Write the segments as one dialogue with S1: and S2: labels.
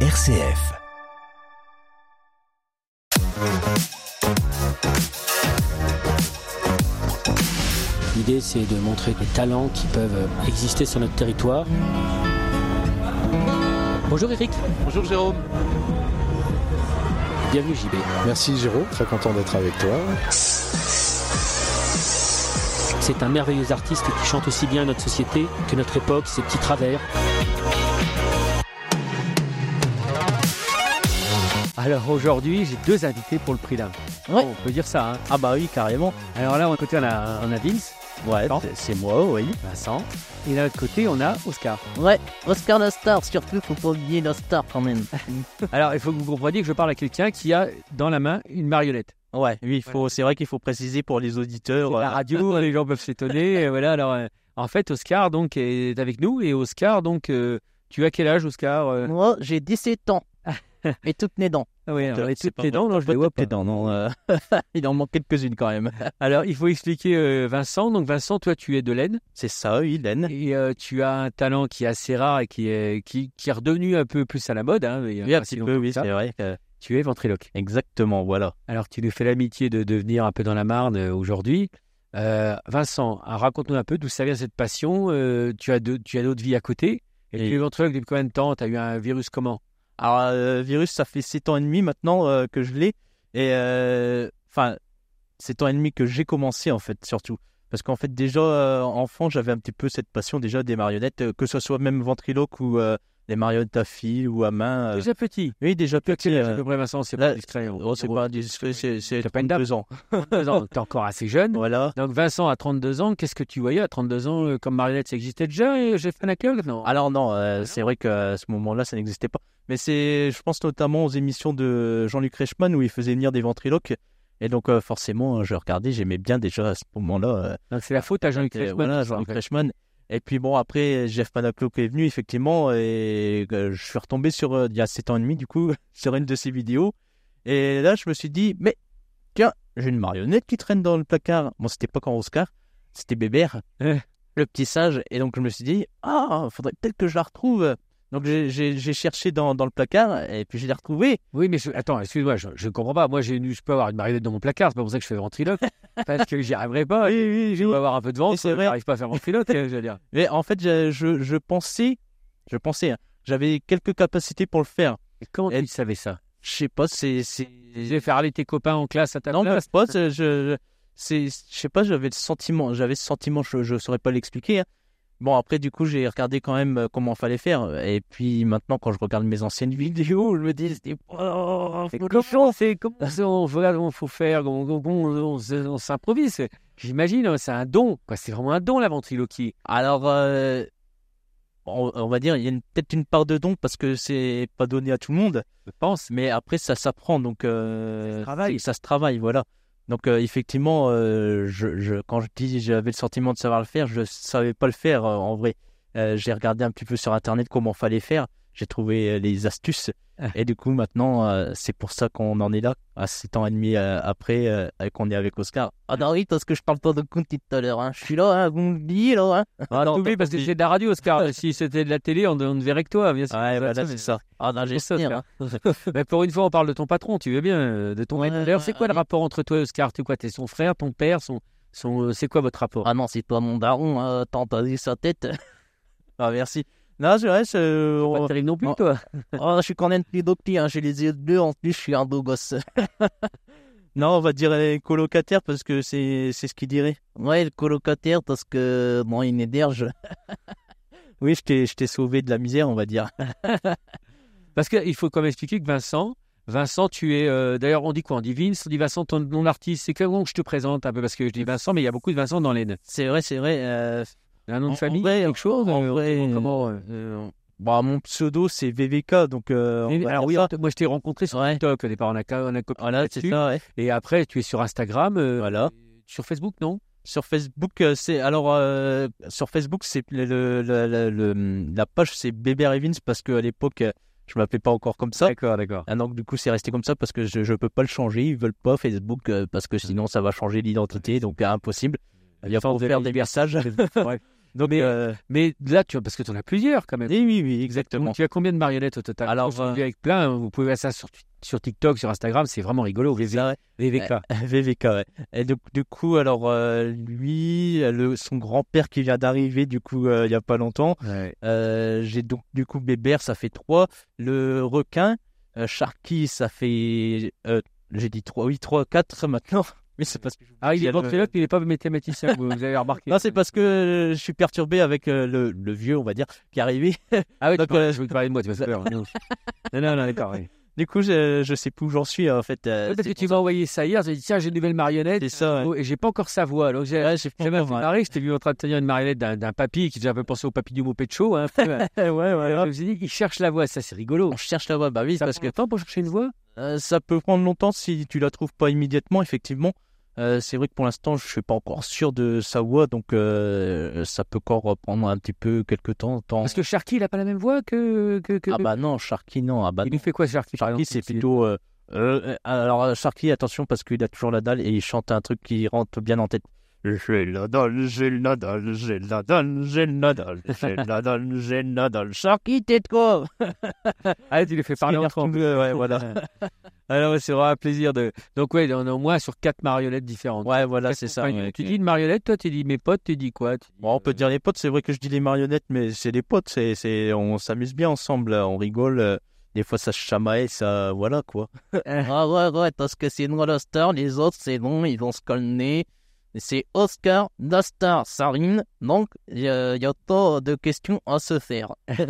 S1: RCF.
S2: L'idée, c'est de montrer les talents qui peuvent exister sur notre territoire. Bonjour Eric.
S3: Bonjour Jérôme.
S2: Bienvenue JB.
S4: Merci Jérôme, très content d'être avec toi.
S2: C'est un merveilleux artiste qui chante aussi bien notre société que notre époque, ses petits travers.
S5: Alors aujourd'hui, j'ai deux invités pour le prix d'âme.
S6: Ouais.
S5: On peut dire ça. hein.
S6: Ah bah oui, carrément.
S5: Alors là, d'un côté, on a, on a Vince,
S6: Ouais,
S5: Non.
S6: c'est- c'est moi, oui.
S5: Vincent, et de l'autre côté, on a Oscar.
S7: Ouais, Oscar Nostar, surtout faut pas oublier Nostar quand même.
S5: Alors, il faut que vous compreniez que je parle à quelqu'un qui a dans la main une marionnette.
S6: Ouais, oui, il faut. C'est vrai qu'il faut préciser pour les auditeurs.
S5: C'est
S6: euh,
S5: La radio, les gens peuvent s'étonner. et voilà. Alors, euh, en fait, Oscar donc est avec nous et Oscar donc. euh, tu as quel âge, Oscar Euh,
S7: Moi, j'ai 17 ans. Et toutes mes dents.
S5: ah oui, alors,
S6: c'est
S5: toutes
S6: pas
S5: tes
S6: vrai,
S5: dents, non, je les
S6: peut-être
S5: vois pas.
S6: les dents, non. euh, il en manque quelques-unes quand même.
S5: Alors, il faut expliquer euh, Vincent. Donc, Vincent, toi, tu es de l'Aisne
S6: C'est ça, oui, Len.
S5: et euh, tu as un talent qui est assez rare et qui est, qui, qui est redevenu un peu plus à la mode. Hein, il y a
S6: Oui, un
S5: pas si
S6: petit peu,
S5: longtemps
S6: oui,
S5: que ça.
S6: c'est vrai. que-
S5: Tu es ventriloque.
S6: Exactement, voilà.
S5: Alors, tu nous fais l'amitié de, de venir un peu dans la Marne euh, aujourd'hui. Euh, Vincent, ah, raconte-nous un peu d'où ça vient cette passion. Euh, tu as de- tu as d'autres vies à côté. Et,
S6: Et-
S5: tu es ventriloque depuis combien de temps Tu as eu un virus comment
S6: Alors, euh, virus, ça fait 7 ans et demi maintenant euh, que je l'ai. Et euh, enfin, 7 ans et demi que j'ai commencé, en fait, surtout. Parce qu'en fait, déjà, euh, enfant, j'avais un petit peu cette passion déjà des marionnettes, euh, que ce soit même ventriloque ou euh, des marionnettes à fil ou à main. euh.
S5: Déjà petit.
S6: Oui, déjà
S5: Tu as
S6: petit.
S5: quel âge à
S6: euh,
S5: peu près, Vincent C'est
S6: là,
S5: pas discret.
S6: oh, c'est pas indiscret, c'est c'est
S5: T'as pas une dame.
S6: 32 ans.
S5: Non, T'es encore assez jeune.
S6: Voilà.
S5: Donc, Vincent, à 32 ans, qu'est-ce que tu voyais à 32 ans euh, comme marionnette Ça existait déjà euh, et j'ai fait un accueil Non.
S6: Alors non, euh, c'est vrai qu'à ce moment-là, ça n'existait pas. Mais c'est, je pense notamment aux émissions de Jean-Luc Reichmann où il faisait venir des ventriloques. Et donc euh, forcément, je regardais, j'aimais bien déjà à ce moment-là. euh,
S5: Donc, Ah, c'est la faute à Jean-Luc
S6: euh,
S5: Reichmann.
S6: voilà, Jean-Luc Reichmann. Et puis bon, après, Jeff Panaclock est venu, effectivement, et euh, je suis retombé sur, euh, il y a 7 ans et demi, du coup, sur une de ses vidéos. Et là, je me suis dit, mais tiens, j'ai une marionnette qui traîne dans le placard. Bon, c'était pas quand Oscar, c'était Bébert,
S5: Ouais.
S6: le petit sage. Et donc, je me suis dit, ah, faudrait peut-être que je la retrouve. Donc, j'ai- j'ai j'ai cherché dans, dans le placard, et puis je l'ai retrouvée.
S5: Oui, mais je- attends, excuse-moi, je ne comprends pas. Moi, j'ai une, je peux avoir une marionnette dans mon placard, c'est pas pour ça que je fais ventriloque. parce que j'y arriverai pas.
S6: Ah oui, oui,
S5: Je vais avoir un peu de ventre,
S6: c'est vrai.
S5: j'arrive pas à faire ventriloque, hein, je veux dire.
S6: Mais en fait, je, je, je pensais, je pensais, hein, j'avais quelques capacités pour le faire.
S5: Et comment
S6: Et-
S5: tu savais ça
S6: Je sais pas, c'est. c'est-
S5: Je vais faire aller tes copains en classe à ta
S6: Non,
S5: place.
S6: je pense, euh, je, je- c'est, je sais pas, j'avais le sentiment, j'avais ce sentiment, je, je saurais pas l'expliquer. hein. Bon, après, du coup, j'ai regardé quand même euh, comment fallait faire. Et puis maintenant, quand je regarde mes anciennes vidéos, je me dis, c'était oh,
S5: C'est
S6: faut
S5: comment
S6: le faire.
S5: c'est comment c'est- on, voilà, on faut faire, on, on- on- on se- on s'improvise. J'imagine, hein, c'est un don. quoi, C'est vraiment un don la ventriloquie.
S6: Alors, euh, on, on va dire, il y a une- peut-être une part de don parce que c'est pas donné à tout le monde.
S5: Je pense.
S6: Mais après, ça s'apprend, donc euh,
S5: Ça se travaille.
S6: c'est- ça se travaille, voilà. Donc euh, effectivement, euh, je, je- quand je dis j'avais le sentiment de savoir le faire, je savais pas le faire euh, en vrai. Euh, j'ai regardé un petit peu sur internet comment fallait faire, j'ai trouvé euh, les astuces,
S5: Ah.
S6: et du coup maintenant, euh, c'est pour ça qu'on en est là, à 7 ans et demi euh, après, euh, et qu'on est avec Oscar.
S7: Ah non, oui, parce que je parle pas de compte tout à l'heure. hein. Je suis là, hein, vous me l'oubliez là. Hein.
S6: Ah non,
S5: T'oublies parce que c'est de la radio, Oscar. si c'était de la télé, on on ne verrait que toi, bien sûr.
S6: Ouais,
S5: Ça,
S6: voilà,
S5: ça,
S6: c'est
S5: mais-
S6: ça.
S7: Ah non, j'ai
S5: C'est ça,
S7: souvenir,
S5: ça.
S7: hein.
S5: Mais pour une fois, on parle de ton patron, tu veux bien, euh, de ton
S7: Ouais,
S5: maître. D'ailleurs, c'est
S7: ouais,
S5: quoi le
S7: ouais.
S5: rapport entre toi et Oscar T'es quoi T'es son frère, ton père son, son, euh, C'est quoi votre rapport
S7: Ah non, c'est toi mon daron, hein. t'as entendu sa tête.
S6: Ah, merci. Non, c'est vrai, c'est- on-
S5: Pas terrible non plus,
S6: on-
S5: toi.
S7: Ah, je suis quand même plus petit, hein. j'ai les yeux bleus, en plus je suis un beau gosse.
S6: non, on va dire les colocataires parce que c'est c'est ce qu'il dirait.
S7: Ouais, le colocataire, parce que bon, il m'héberge.
S6: Oui, je t'ai, je t'ai sauvé de la misère, on va dire.
S5: Parce qu'il faut quand même expliquer que Vincent, Vincent, tu es. euh, D'ailleurs, on dit quoi On dit Vince, on dit Vincent, ton nom d'artiste. C'est comment que je te présente un peu Parce que je dis Vincent, mais il y a beaucoup de Vincent dans l'Aisne.
S6: C'est vrai, c'est vrai. euh,
S5: Un nom
S6: en-
S5: de famille
S6: en vrai,
S5: quelque chose
S6: en
S5: euh,
S6: vrai,
S5: comment- comment, euh,
S6: euh, bah, mon pseudo, c'est VVK, donc... euh, on
S5: Mais-
S6: va
S5: alors
S6: dire
S5: oui,
S6: ça.
S5: on te- moi je t'ai rencontré sur
S6: Ouais.
S5: TikTok au départ, on a, ca- on a copié
S6: Voilà, c'est
S5: là-dessus.
S6: ça, ouais.
S5: Et après, tu es sur Instagram, euh,
S6: Voilà.
S5: sur Facebook, non
S6: Sur Facebook, euh, c'est... Alors, euh, sur Facebook, c'est le, le- le- le- la page, c'est Bébert Evans, parce qu'à l'époque, euh, je m'appelais pas encore comme ça.
S5: D'accord, d'accord.
S6: Ah, donc, du coup, c'est resté comme ça, parce que je, je peux pas le changer. Ils veulent pas Facebook, euh, parce que sinon, ça va changer l'identité, donc euh, impossible. Il y a
S5: Sans
S6: pour faire des
S5: dérive.
S6: messages.
S7: Donc,
S5: Mais-
S7: euh,
S5: Mais là, tu vois, parce que tu en as plusieurs quand même.
S7: oui, oui, oui,
S5: Donc,
S7: exactement.
S5: tu as combien de marionnettes au total
S7: Alors, euh,
S5: Je suis avec plein, hein, vous pouvez voir ça sur, sur TikTok, sur Instagram, c'est vraiment rigolo. VV,
S7: Ça, ouais.
S5: VVK.
S7: VVK, ouais. Et donc, du coup, alors, euh, lui, le, son grand-père qui vient d'arriver, du coup, euh, il y a pas longtemps. Euh, J'ai donc, du coup, Bébert, ça fait 3. Le requin, euh, Sharky, ça fait. euh, J'ai dit 3, oui, 3, 4 maintenant. Mais c'est parce que.
S5: Ah, il
S7: Il y
S5: est
S7: a le-
S5: ventriloque, il n'est pas mathématicien, vous, vous avez remarqué.
S7: Non, c'est parce que euh, je suis perturbé avec euh, le, le vieux, on va dire, qui est arrivé.
S5: Ah oui, tu
S7: Donc,
S5: parles-
S7: euh,
S5: je veux te parler de moi, tu m'as fait peur. Non, non, non, non, d'accord. oui.
S7: Du coup, je, je sais plus où j'en suis, en fait. euh,
S5: Parce que
S7: c'est
S5: tu
S7: pour
S5: m'as envoyé ça hier, j'ai dit tiens, j'ai une nouvelle marionnette.
S7: ça, c'est ça, ouais.
S5: Oh, et j'ai pas encore sa voix. Alors j'ai
S7: Ouais, j'ai pas
S5: j'ai même fait
S7: encore, ouais.
S5: marrer, je t'ai vu en train de tenir une marionnette d'un d'un papy qui faisait un peu penser au papy du Mopecho. Hein, je
S7: Ouais, ouais, ouais.
S5: me suis dit, il cherche la voix, ça c'est rigolo.
S7: On cherche la voix, bah oui,
S5: Ça
S7: parce
S5: prend
S7: que
S5: le temps pour chercher une voix
S7: euh, ça peut prendre longtemps si tu la trouves pas immédiatement, effectivement. Euh, c'est vrai que pour l'instant, je suis pas encore sûr de sa voix, donc euh, ça peut encore prendre un petit peu quelques temps. temps.
S5: Parce que Sharky, il a pas la même voix que. que, que-
S7: ah bah non, Sharky, non, ah bah
S5: il
S7: non.
S5: nous fait quoi Sharky par
S7: Sharky,
S5: exemple
S7: c'est plutôt. euh, euh, euh, alors, euh, Sharky, attention, parce qu'il a toujours la dalle et il chante un truc qui rentre bien en tête. J'ai la dalle, j'ai la dalle, j'ai la dalle, j'ai la dalle, j'ai la dalle, j'ai la dalle. Sharky, t'es de quoi
S5: Ah, tu le fais parler en trompe.
S7: Euh, Ouais, voilà.
S5: Alors, ouais, c'est vraiment un plaisir de. Donc, ouais, on est au moins sur quatre marionnettes différentes.
S7: Ouais, voilà,
S5: Quatre
S7: c'est ça.
S5: compagnies.
S7: ouais.
S5: Tu dis une marionnette, toi, tu dis mes potes, tu dis quoi Tu dis,
S7: Bon, on peut dire les potes, c'est vrai que je dis les marionnettes, mais c'est les potes, c'est, c'est, on s'amuse bien ensemble, euh, on rigole, euh, des fois ça se chamaille, ça, voilà quoi.
S8: Ah ouais, ouais, parce que c'est une Star, les autres, c'est bon, ils vont se colner. C'est Oscar, Nostar, Sarine, donc il y, a il y a autant de questions à se faire.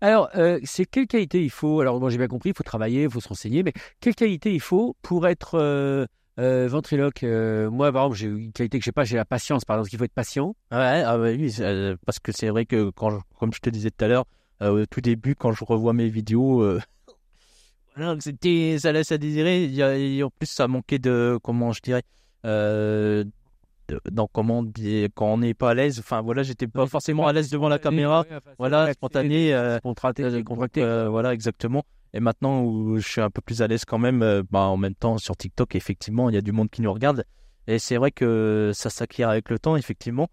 S5: Alors, euh, c'est quelle qualité il faut Alors, bon, j'ai bien compris, il faut travailler, il faut se renseigner, mais quelle qualité il faut pour être euh, euh, ventriloque Euh, Moi, par exemple, j'ai une qualité que je sais pas, j'ai la patience, par exemple, il faut être patient.
S7: Ouais, ah bah oui, euh, parce que c'est vrai que quand, je- comme je te disais tout à l'heure, euh, au tout début, quand je revois mes vidéos, euh, voilà, c'était, ça laisse à désirer. Il y a- et en plus, ça manquait de, comment je dirais, euh, de- dans comment dire- quand on n'est pas à l'aise. Enfin voilà, j'étais pas forcément à l'aise devant la caméra. Voilà, spontané. euh,
S5: Contraté,
S7: Euh,
S5: contracté.
S7: euh, voilà, exactement. Et maintenant où je suis un peu plus à l'aise quand même, euh, bah, en même temps sur TikTok, effectivement, il y a du monde qui nous regarde. Et c'est vrai que ça s'acquiert avec le temps, effectivement.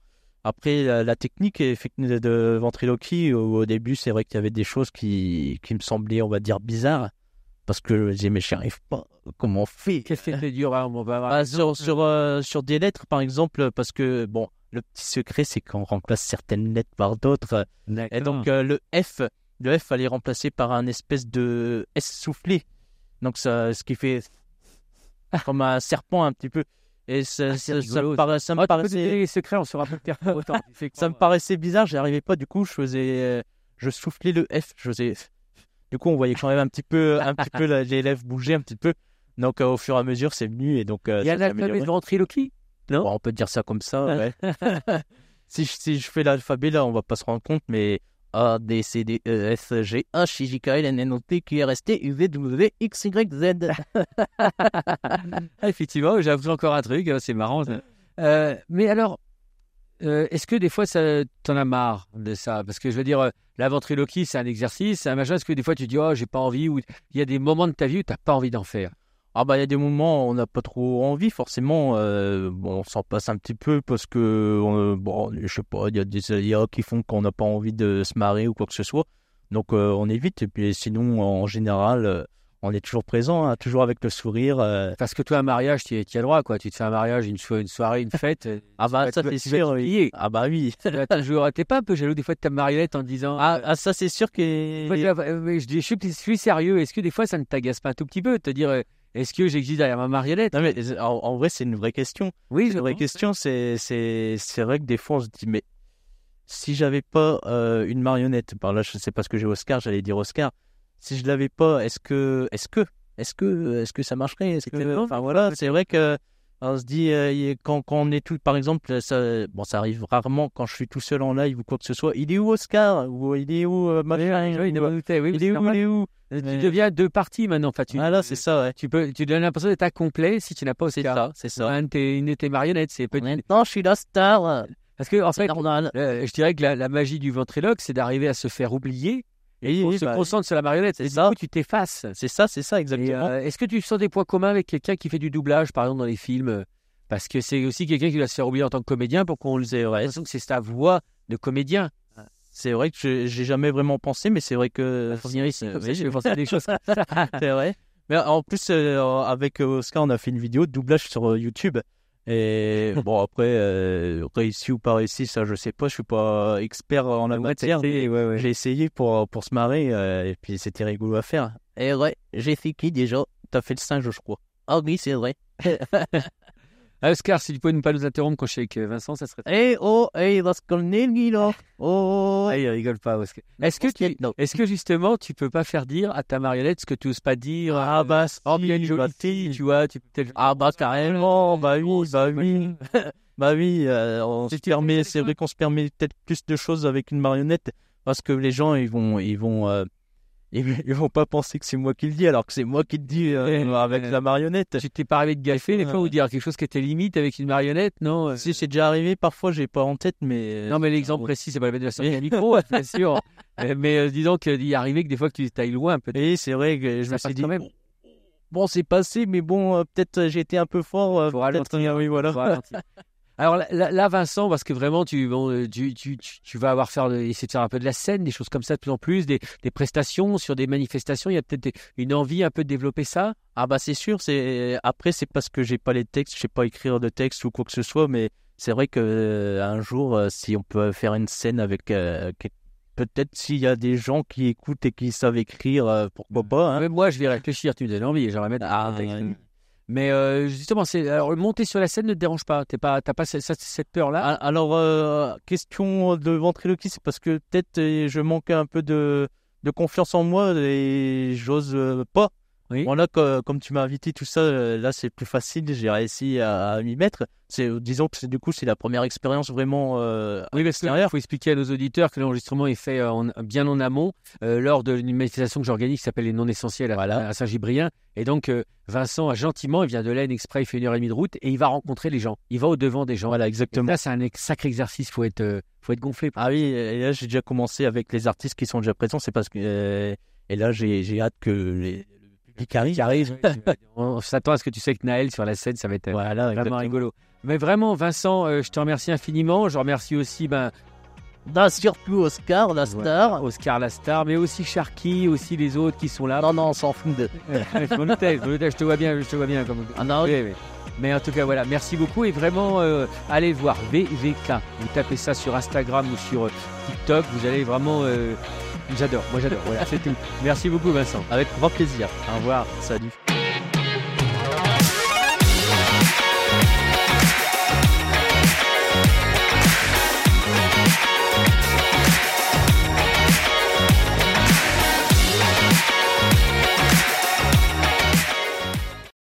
S7: Après, la, la technique effect- de ventriloquie, au, au début, c'est vrai qu'il y avait des choses qui, qui me semblaient, on va dire, bizarres. Parce que je disais, mais j'y arrive pas. Comment on fait
S5: Qu'est-ce qui était dur hein, On va avoir-
S7: Bah, sur, sur, euh, sur des lettres, par exemple, parce que, bon, le petit secret, c'est qu'on remplace certaines lettres par d'autres. Et
S5: Oh,
S7: donc euh, le F, le F allait remplacer par un espèce de S soufflé. Donc ça, ce qui fait comme un serpent un petit petit peu. Et ça,
S5: Ah, c'est
S7: ça- ça
S5: rigolo,
S7: me para- ça me
S5: Ah, tu peux nous
S7: paraissait,
S5: donner les secrets, on saura plus faire autant.
S7: ça me paraissait bizarre. J'y arrivais pas. Du coup, je faisais, euh, je soufflais le F. Je faisais. Du coup, on voyait quand même un petit peu, un petit peu la- les lèvres bouger un petit peu. Donc euh, au fur et à mesure, c'est venu et donc. euh,
S5: Il y a
S7: ça s'est amélioré.
S5: l'alphabet de ventriloquie non
S7: Bon, on peut dire ça comme ça. ouais. si, je, si je fais l'alphabet là, on va pas se rendre compte, mais
S8: A, D, C, D, E, F, G, H, I, J, K, L, N, N, O, P, Q, R, S, T, U, V, W, X, Y, Z.
S5: Ah, effectivement, j'ai appris encore un truc, hein, c'est marrant. ça. Euh, mais alors, euh, est-ce que des fois, ça, t'en as marre de ça Parce que je veux dire, euh, la ventriloquie, c'est un exercice, c'est un machin. Est-ce que des fois, tu dis, oh, j'ai pas envie Ou il y a des moments de ta vie où t'as pas envie d'en faire
S7: Ah bah il y a des moments où on n'a pas trop envie forcément euh, bon on s'en passe un petit peu parce que euh, bon je sais pas il y a des aléas qui font qu'on n'a pas envie de se marrer ou quoi que ce soit donc euh, on évite et puis sinon en général euh, on est toujours présent hein, toujours avec le sourire euh.
S5: Parce que toi, un mariage, tu y tu y as droit, quoi. Tu te fais un mariage, une, so- une soirée, une fête. euh,
S7: ah bah
S5: tu
S7: ça
S5: vas-
S7: c'est
S5: tu vas
S7: sûr
S5: te
S7: oui.
S5: plier.
S7: ah bah oui
S5: Tu vas toujours- T'es pas un peu jaloux des fois de ta marionnette en disant,
S7: ah,
S5: euh,
S7: ah, ça c'est sûr que
S5: Moi, tu vois, euh, mais je, dis, je suis- je suis sérieux. Est-ce que des fois, ça ne t'agace pas un tout petit peu de te dire, euh, est-ce que j'existe derrière ma marionnette
S7: non mais euh, en, en vrai c'est une vraie question
S5: Oui,
S7: C'est une vraie
S5: pense.
S7: question. C'est, c'est, c'est vrai que des fois, on se dit, mais si j'avais pas euh, une marionnette, par là, je sais pas ce que j'ai Oscar, j'allais dire Oscar. Si je l'avais pas, est-ce que, est-ce que, est-ce que, est-ce que ça marcherait Est-ce que-
S5: Exactement.
S7: enfin voilà, c'est vrai que on se dit euh, il- quand, quand on est tout, par exemple, euh, ça, bon, ça arrive rarement quand je suis tout seul en live ou quoi que ce soit. Il est où Oscar Ou il est où euh, machin
S5: Oui,
S7: Ou, euh,
S5: oui, oui,
S7: Il
S5: c'est
S7: est où
S5: normal.
S7: Il est où
S5: Euh, Tu
S7: Mais-
S5: deviens deux parties maintenant. Enfin, tu,
S7: Ah là, c'est ça, ouais.
S5: tu peux, tu donnes l'impression d'être incomplet si tu n'as pas
S7: C'est
S5: Oscar.
S7: ça, c'est ça.
S5: Un de tes- une de tes marionnettes, c'est
S8: En
S5: petit.
S8: même temps, je suis la star.
S5: Parce que en
S8: C'est
S5: fait,
S8: normal.
S5: euh, je dirais que la, la magie du ventriloque, c'est d'arriver à se faire oublier.
S7: Oui,
S5: On
S7: oui,
S5: se
S7: bah,
S5: concentre sur la marionnette.
S7: c'est
S5: Et du
S7: ça.
S5: coup, tu t'effaces.
S7: C'est ça, c'est ça,
S5: Et,
S7: exactement.
S5: euh, Est-ce que tu sens des points communs avec quelqu'un qui fait du doublage, par exemple, dans les films Parce que c'est aussi quelqu'un qui doit se faire oublier en tant que comédien pour qu'on le ait. que c'est sa voix de comédien.
S7: C'est vrai que je- j'ai jamais vraiment pensé, mais c'est vrai que.
S5: Euh, oui, j'ai pensé à des choses.
S7: C'est vrai. Mais en plus, euh, avec Oscar, on a fait une vidéo de doublage sur euh, YouTube. Et bon, après, euh, réussi ou pas réussi, ça, je sais pas. Je suis pas expert en la matière.
S5: Ouais, ouais.
S7: J'ai essayé pour, pour se marrer, euh, et puis c'était rigolo à faire.
S8: Et ouais, j'ai fait qui déjà
S7: T'as fait le singe, je crois.
S8: Ah oui, c'est vrai.
S5: Ah, Oscar, si tu pouvais ne pas nous interrompre quand je suis avec euh, Vincent, ça serait.
S8: Eh oh, eh, parce qu'on est lui, là. Oh,
S5: Ah, il rigole pas, Oscar. Est-ce que, tu...
S8: non.
S5: Est-ce que justement, tu peux pas faire dire à ta marionnette ce que tu oses pas dire
S7: Ah, bah,
S5: Oh, bien une jolie fille, tu vois. Tu... peut-être-
S8: Ah bah carrément,
S7: Oh, bah oui, bah oui. bah oui, euh, on se
S5: C'est-
S7: permet,
S5: c'est-
S7: c'est vrai qu'on se permet peut-être plus de choses avec une marionnette parce que les gens, ils vont, ils vont, euh, ils, ils vont pas penser que c'est moi qui le dis alors que c'est moi qui le dis euh,
S5: Ouais.
S7: avec la marionnette.
S5: Tu t'es pas arrivé de gaffer des fois ou dire quelque chose qui était limite avec une marionnette, non euh,
S7: Si c'est déjà arrivé, parfois j'ai pas en tête, mais euh,
S5: Non, mais l'exemple précis, c'est pas la peine de la sortir du micro, bien sûr. Euh, Mais euh, dis donc, euh, il est arrivé que des fois que tu t'ailles loin, peut-être.
S7: oui, c'est vrai que je
S5: Ça
S7: me
S5: passe
S7: suis dit
S5: quand même.
S7: bon, c'est passé, mais bon, euh, peut-être euh, j'ai été un peu fort. euh,
S5: Faut
S7: peut-être,
S5: ralentir.
S7: euh, oui, voilà.
S5: Faut ralentir. Alors là- là, là, Vincent, parce que vraiment, tu, bon, euh, tu, tu, tu- tu vas avoir faire, de- essayer de faire un peu de la scène, des choses comme ça de plus en plus, des, des prestations sur des manifestations. Il y a peut-être des- une envie un peu de développer ça.
S7: Ah bah c'est sûr, c'est après c'est parce que j'ai pas les textes, je sais pas écrire de texte ou quoi que ce soit, mais c'est vrai que euh, un jour euh, si on peut faire une scène avec euh, quel- peut-être s'il y a des gens qui écoutent et qui savent écrire, euh, pourquoi pas. hein.
S5: Même moi, je vais réfléchir. Tu me donnes envie. J'aimerais mettre.
S7: Ah,
S5: un texte.
S7: euh,
S5: Mais euh, justement, c'est alors monter sur la scène ne te dérange pas. T'es pas, t'as pas ce- ça- cette, peur-là.
S7: a- Alors euh, question de ventriloquie, c'est parce que peut-être euh, je manque un peu de de confiance en moi et j'ose euh, pas.
S5: Oui.
S7: Bon là co- comme tu m'as invité tout ça, euh, là c'est plus facile, j'ai réussi à, à m'y mettre. C'est disons que c'est du coup c'est la première expérience vraiment euh,
S5: Oui, parce qu'il faut expliquer à nos auditeurs que l'enregistrement est fait euh, en- bien en amont, euh, lors d'une manifestation que j'organise qui s'appelle Les Non Essentiels à, à Saint-Gibrien. Et donc, euh, Vincent a gentiment, il vient de l'Aisne exprès, il fait une heure et demie de route et il va rencontrer les gens. Il va au-devant des gens. Voilà,
S7: exactement.
S5: Là, c'est un ex- sacré exercice, il faut, être, euh, faut être gonflé.
S7: Ah oui, et là j'ai déjà commencé avec les artistes qui sont déjà présents, c'est parce que euh, et là j'ai j'ai hâte que les, le public arrive.
S5: on on s'attend à ce que tu sais que Naël sur la scène, ça va être euh,
S7: Voilà,
S5: vraiment
S7: exactement.
S5: rigolo. Mais vraiment, Vincent, euh, je te remercie infiniment. Je remercie aussi ben,
S8: non, surtout Oscar, la
S5: Ouais.
S8: star.
S5: Oscar la star, mais aussi Sharky, aussi les autres qui sont là.
S8: Non, non, on s'en fout de...
S5: je m'en doutais, je m'en doutais, je te vois bien, je te vois bien. Comme...
S8: Ah non,
S5: Oui, oui. Mais en tout cas, voilà, merci beaucoup et vraiment, euh, allez voir VVK. Vous tapez ça sur Instagram ou sur euh, TikTok, vous allez vraiment. euh, J'adore, moi j'adore, voilà, c'est tout. Merci beaucoup, Vincent.
S7: Avec grand plaisir. Au revoir. Salut.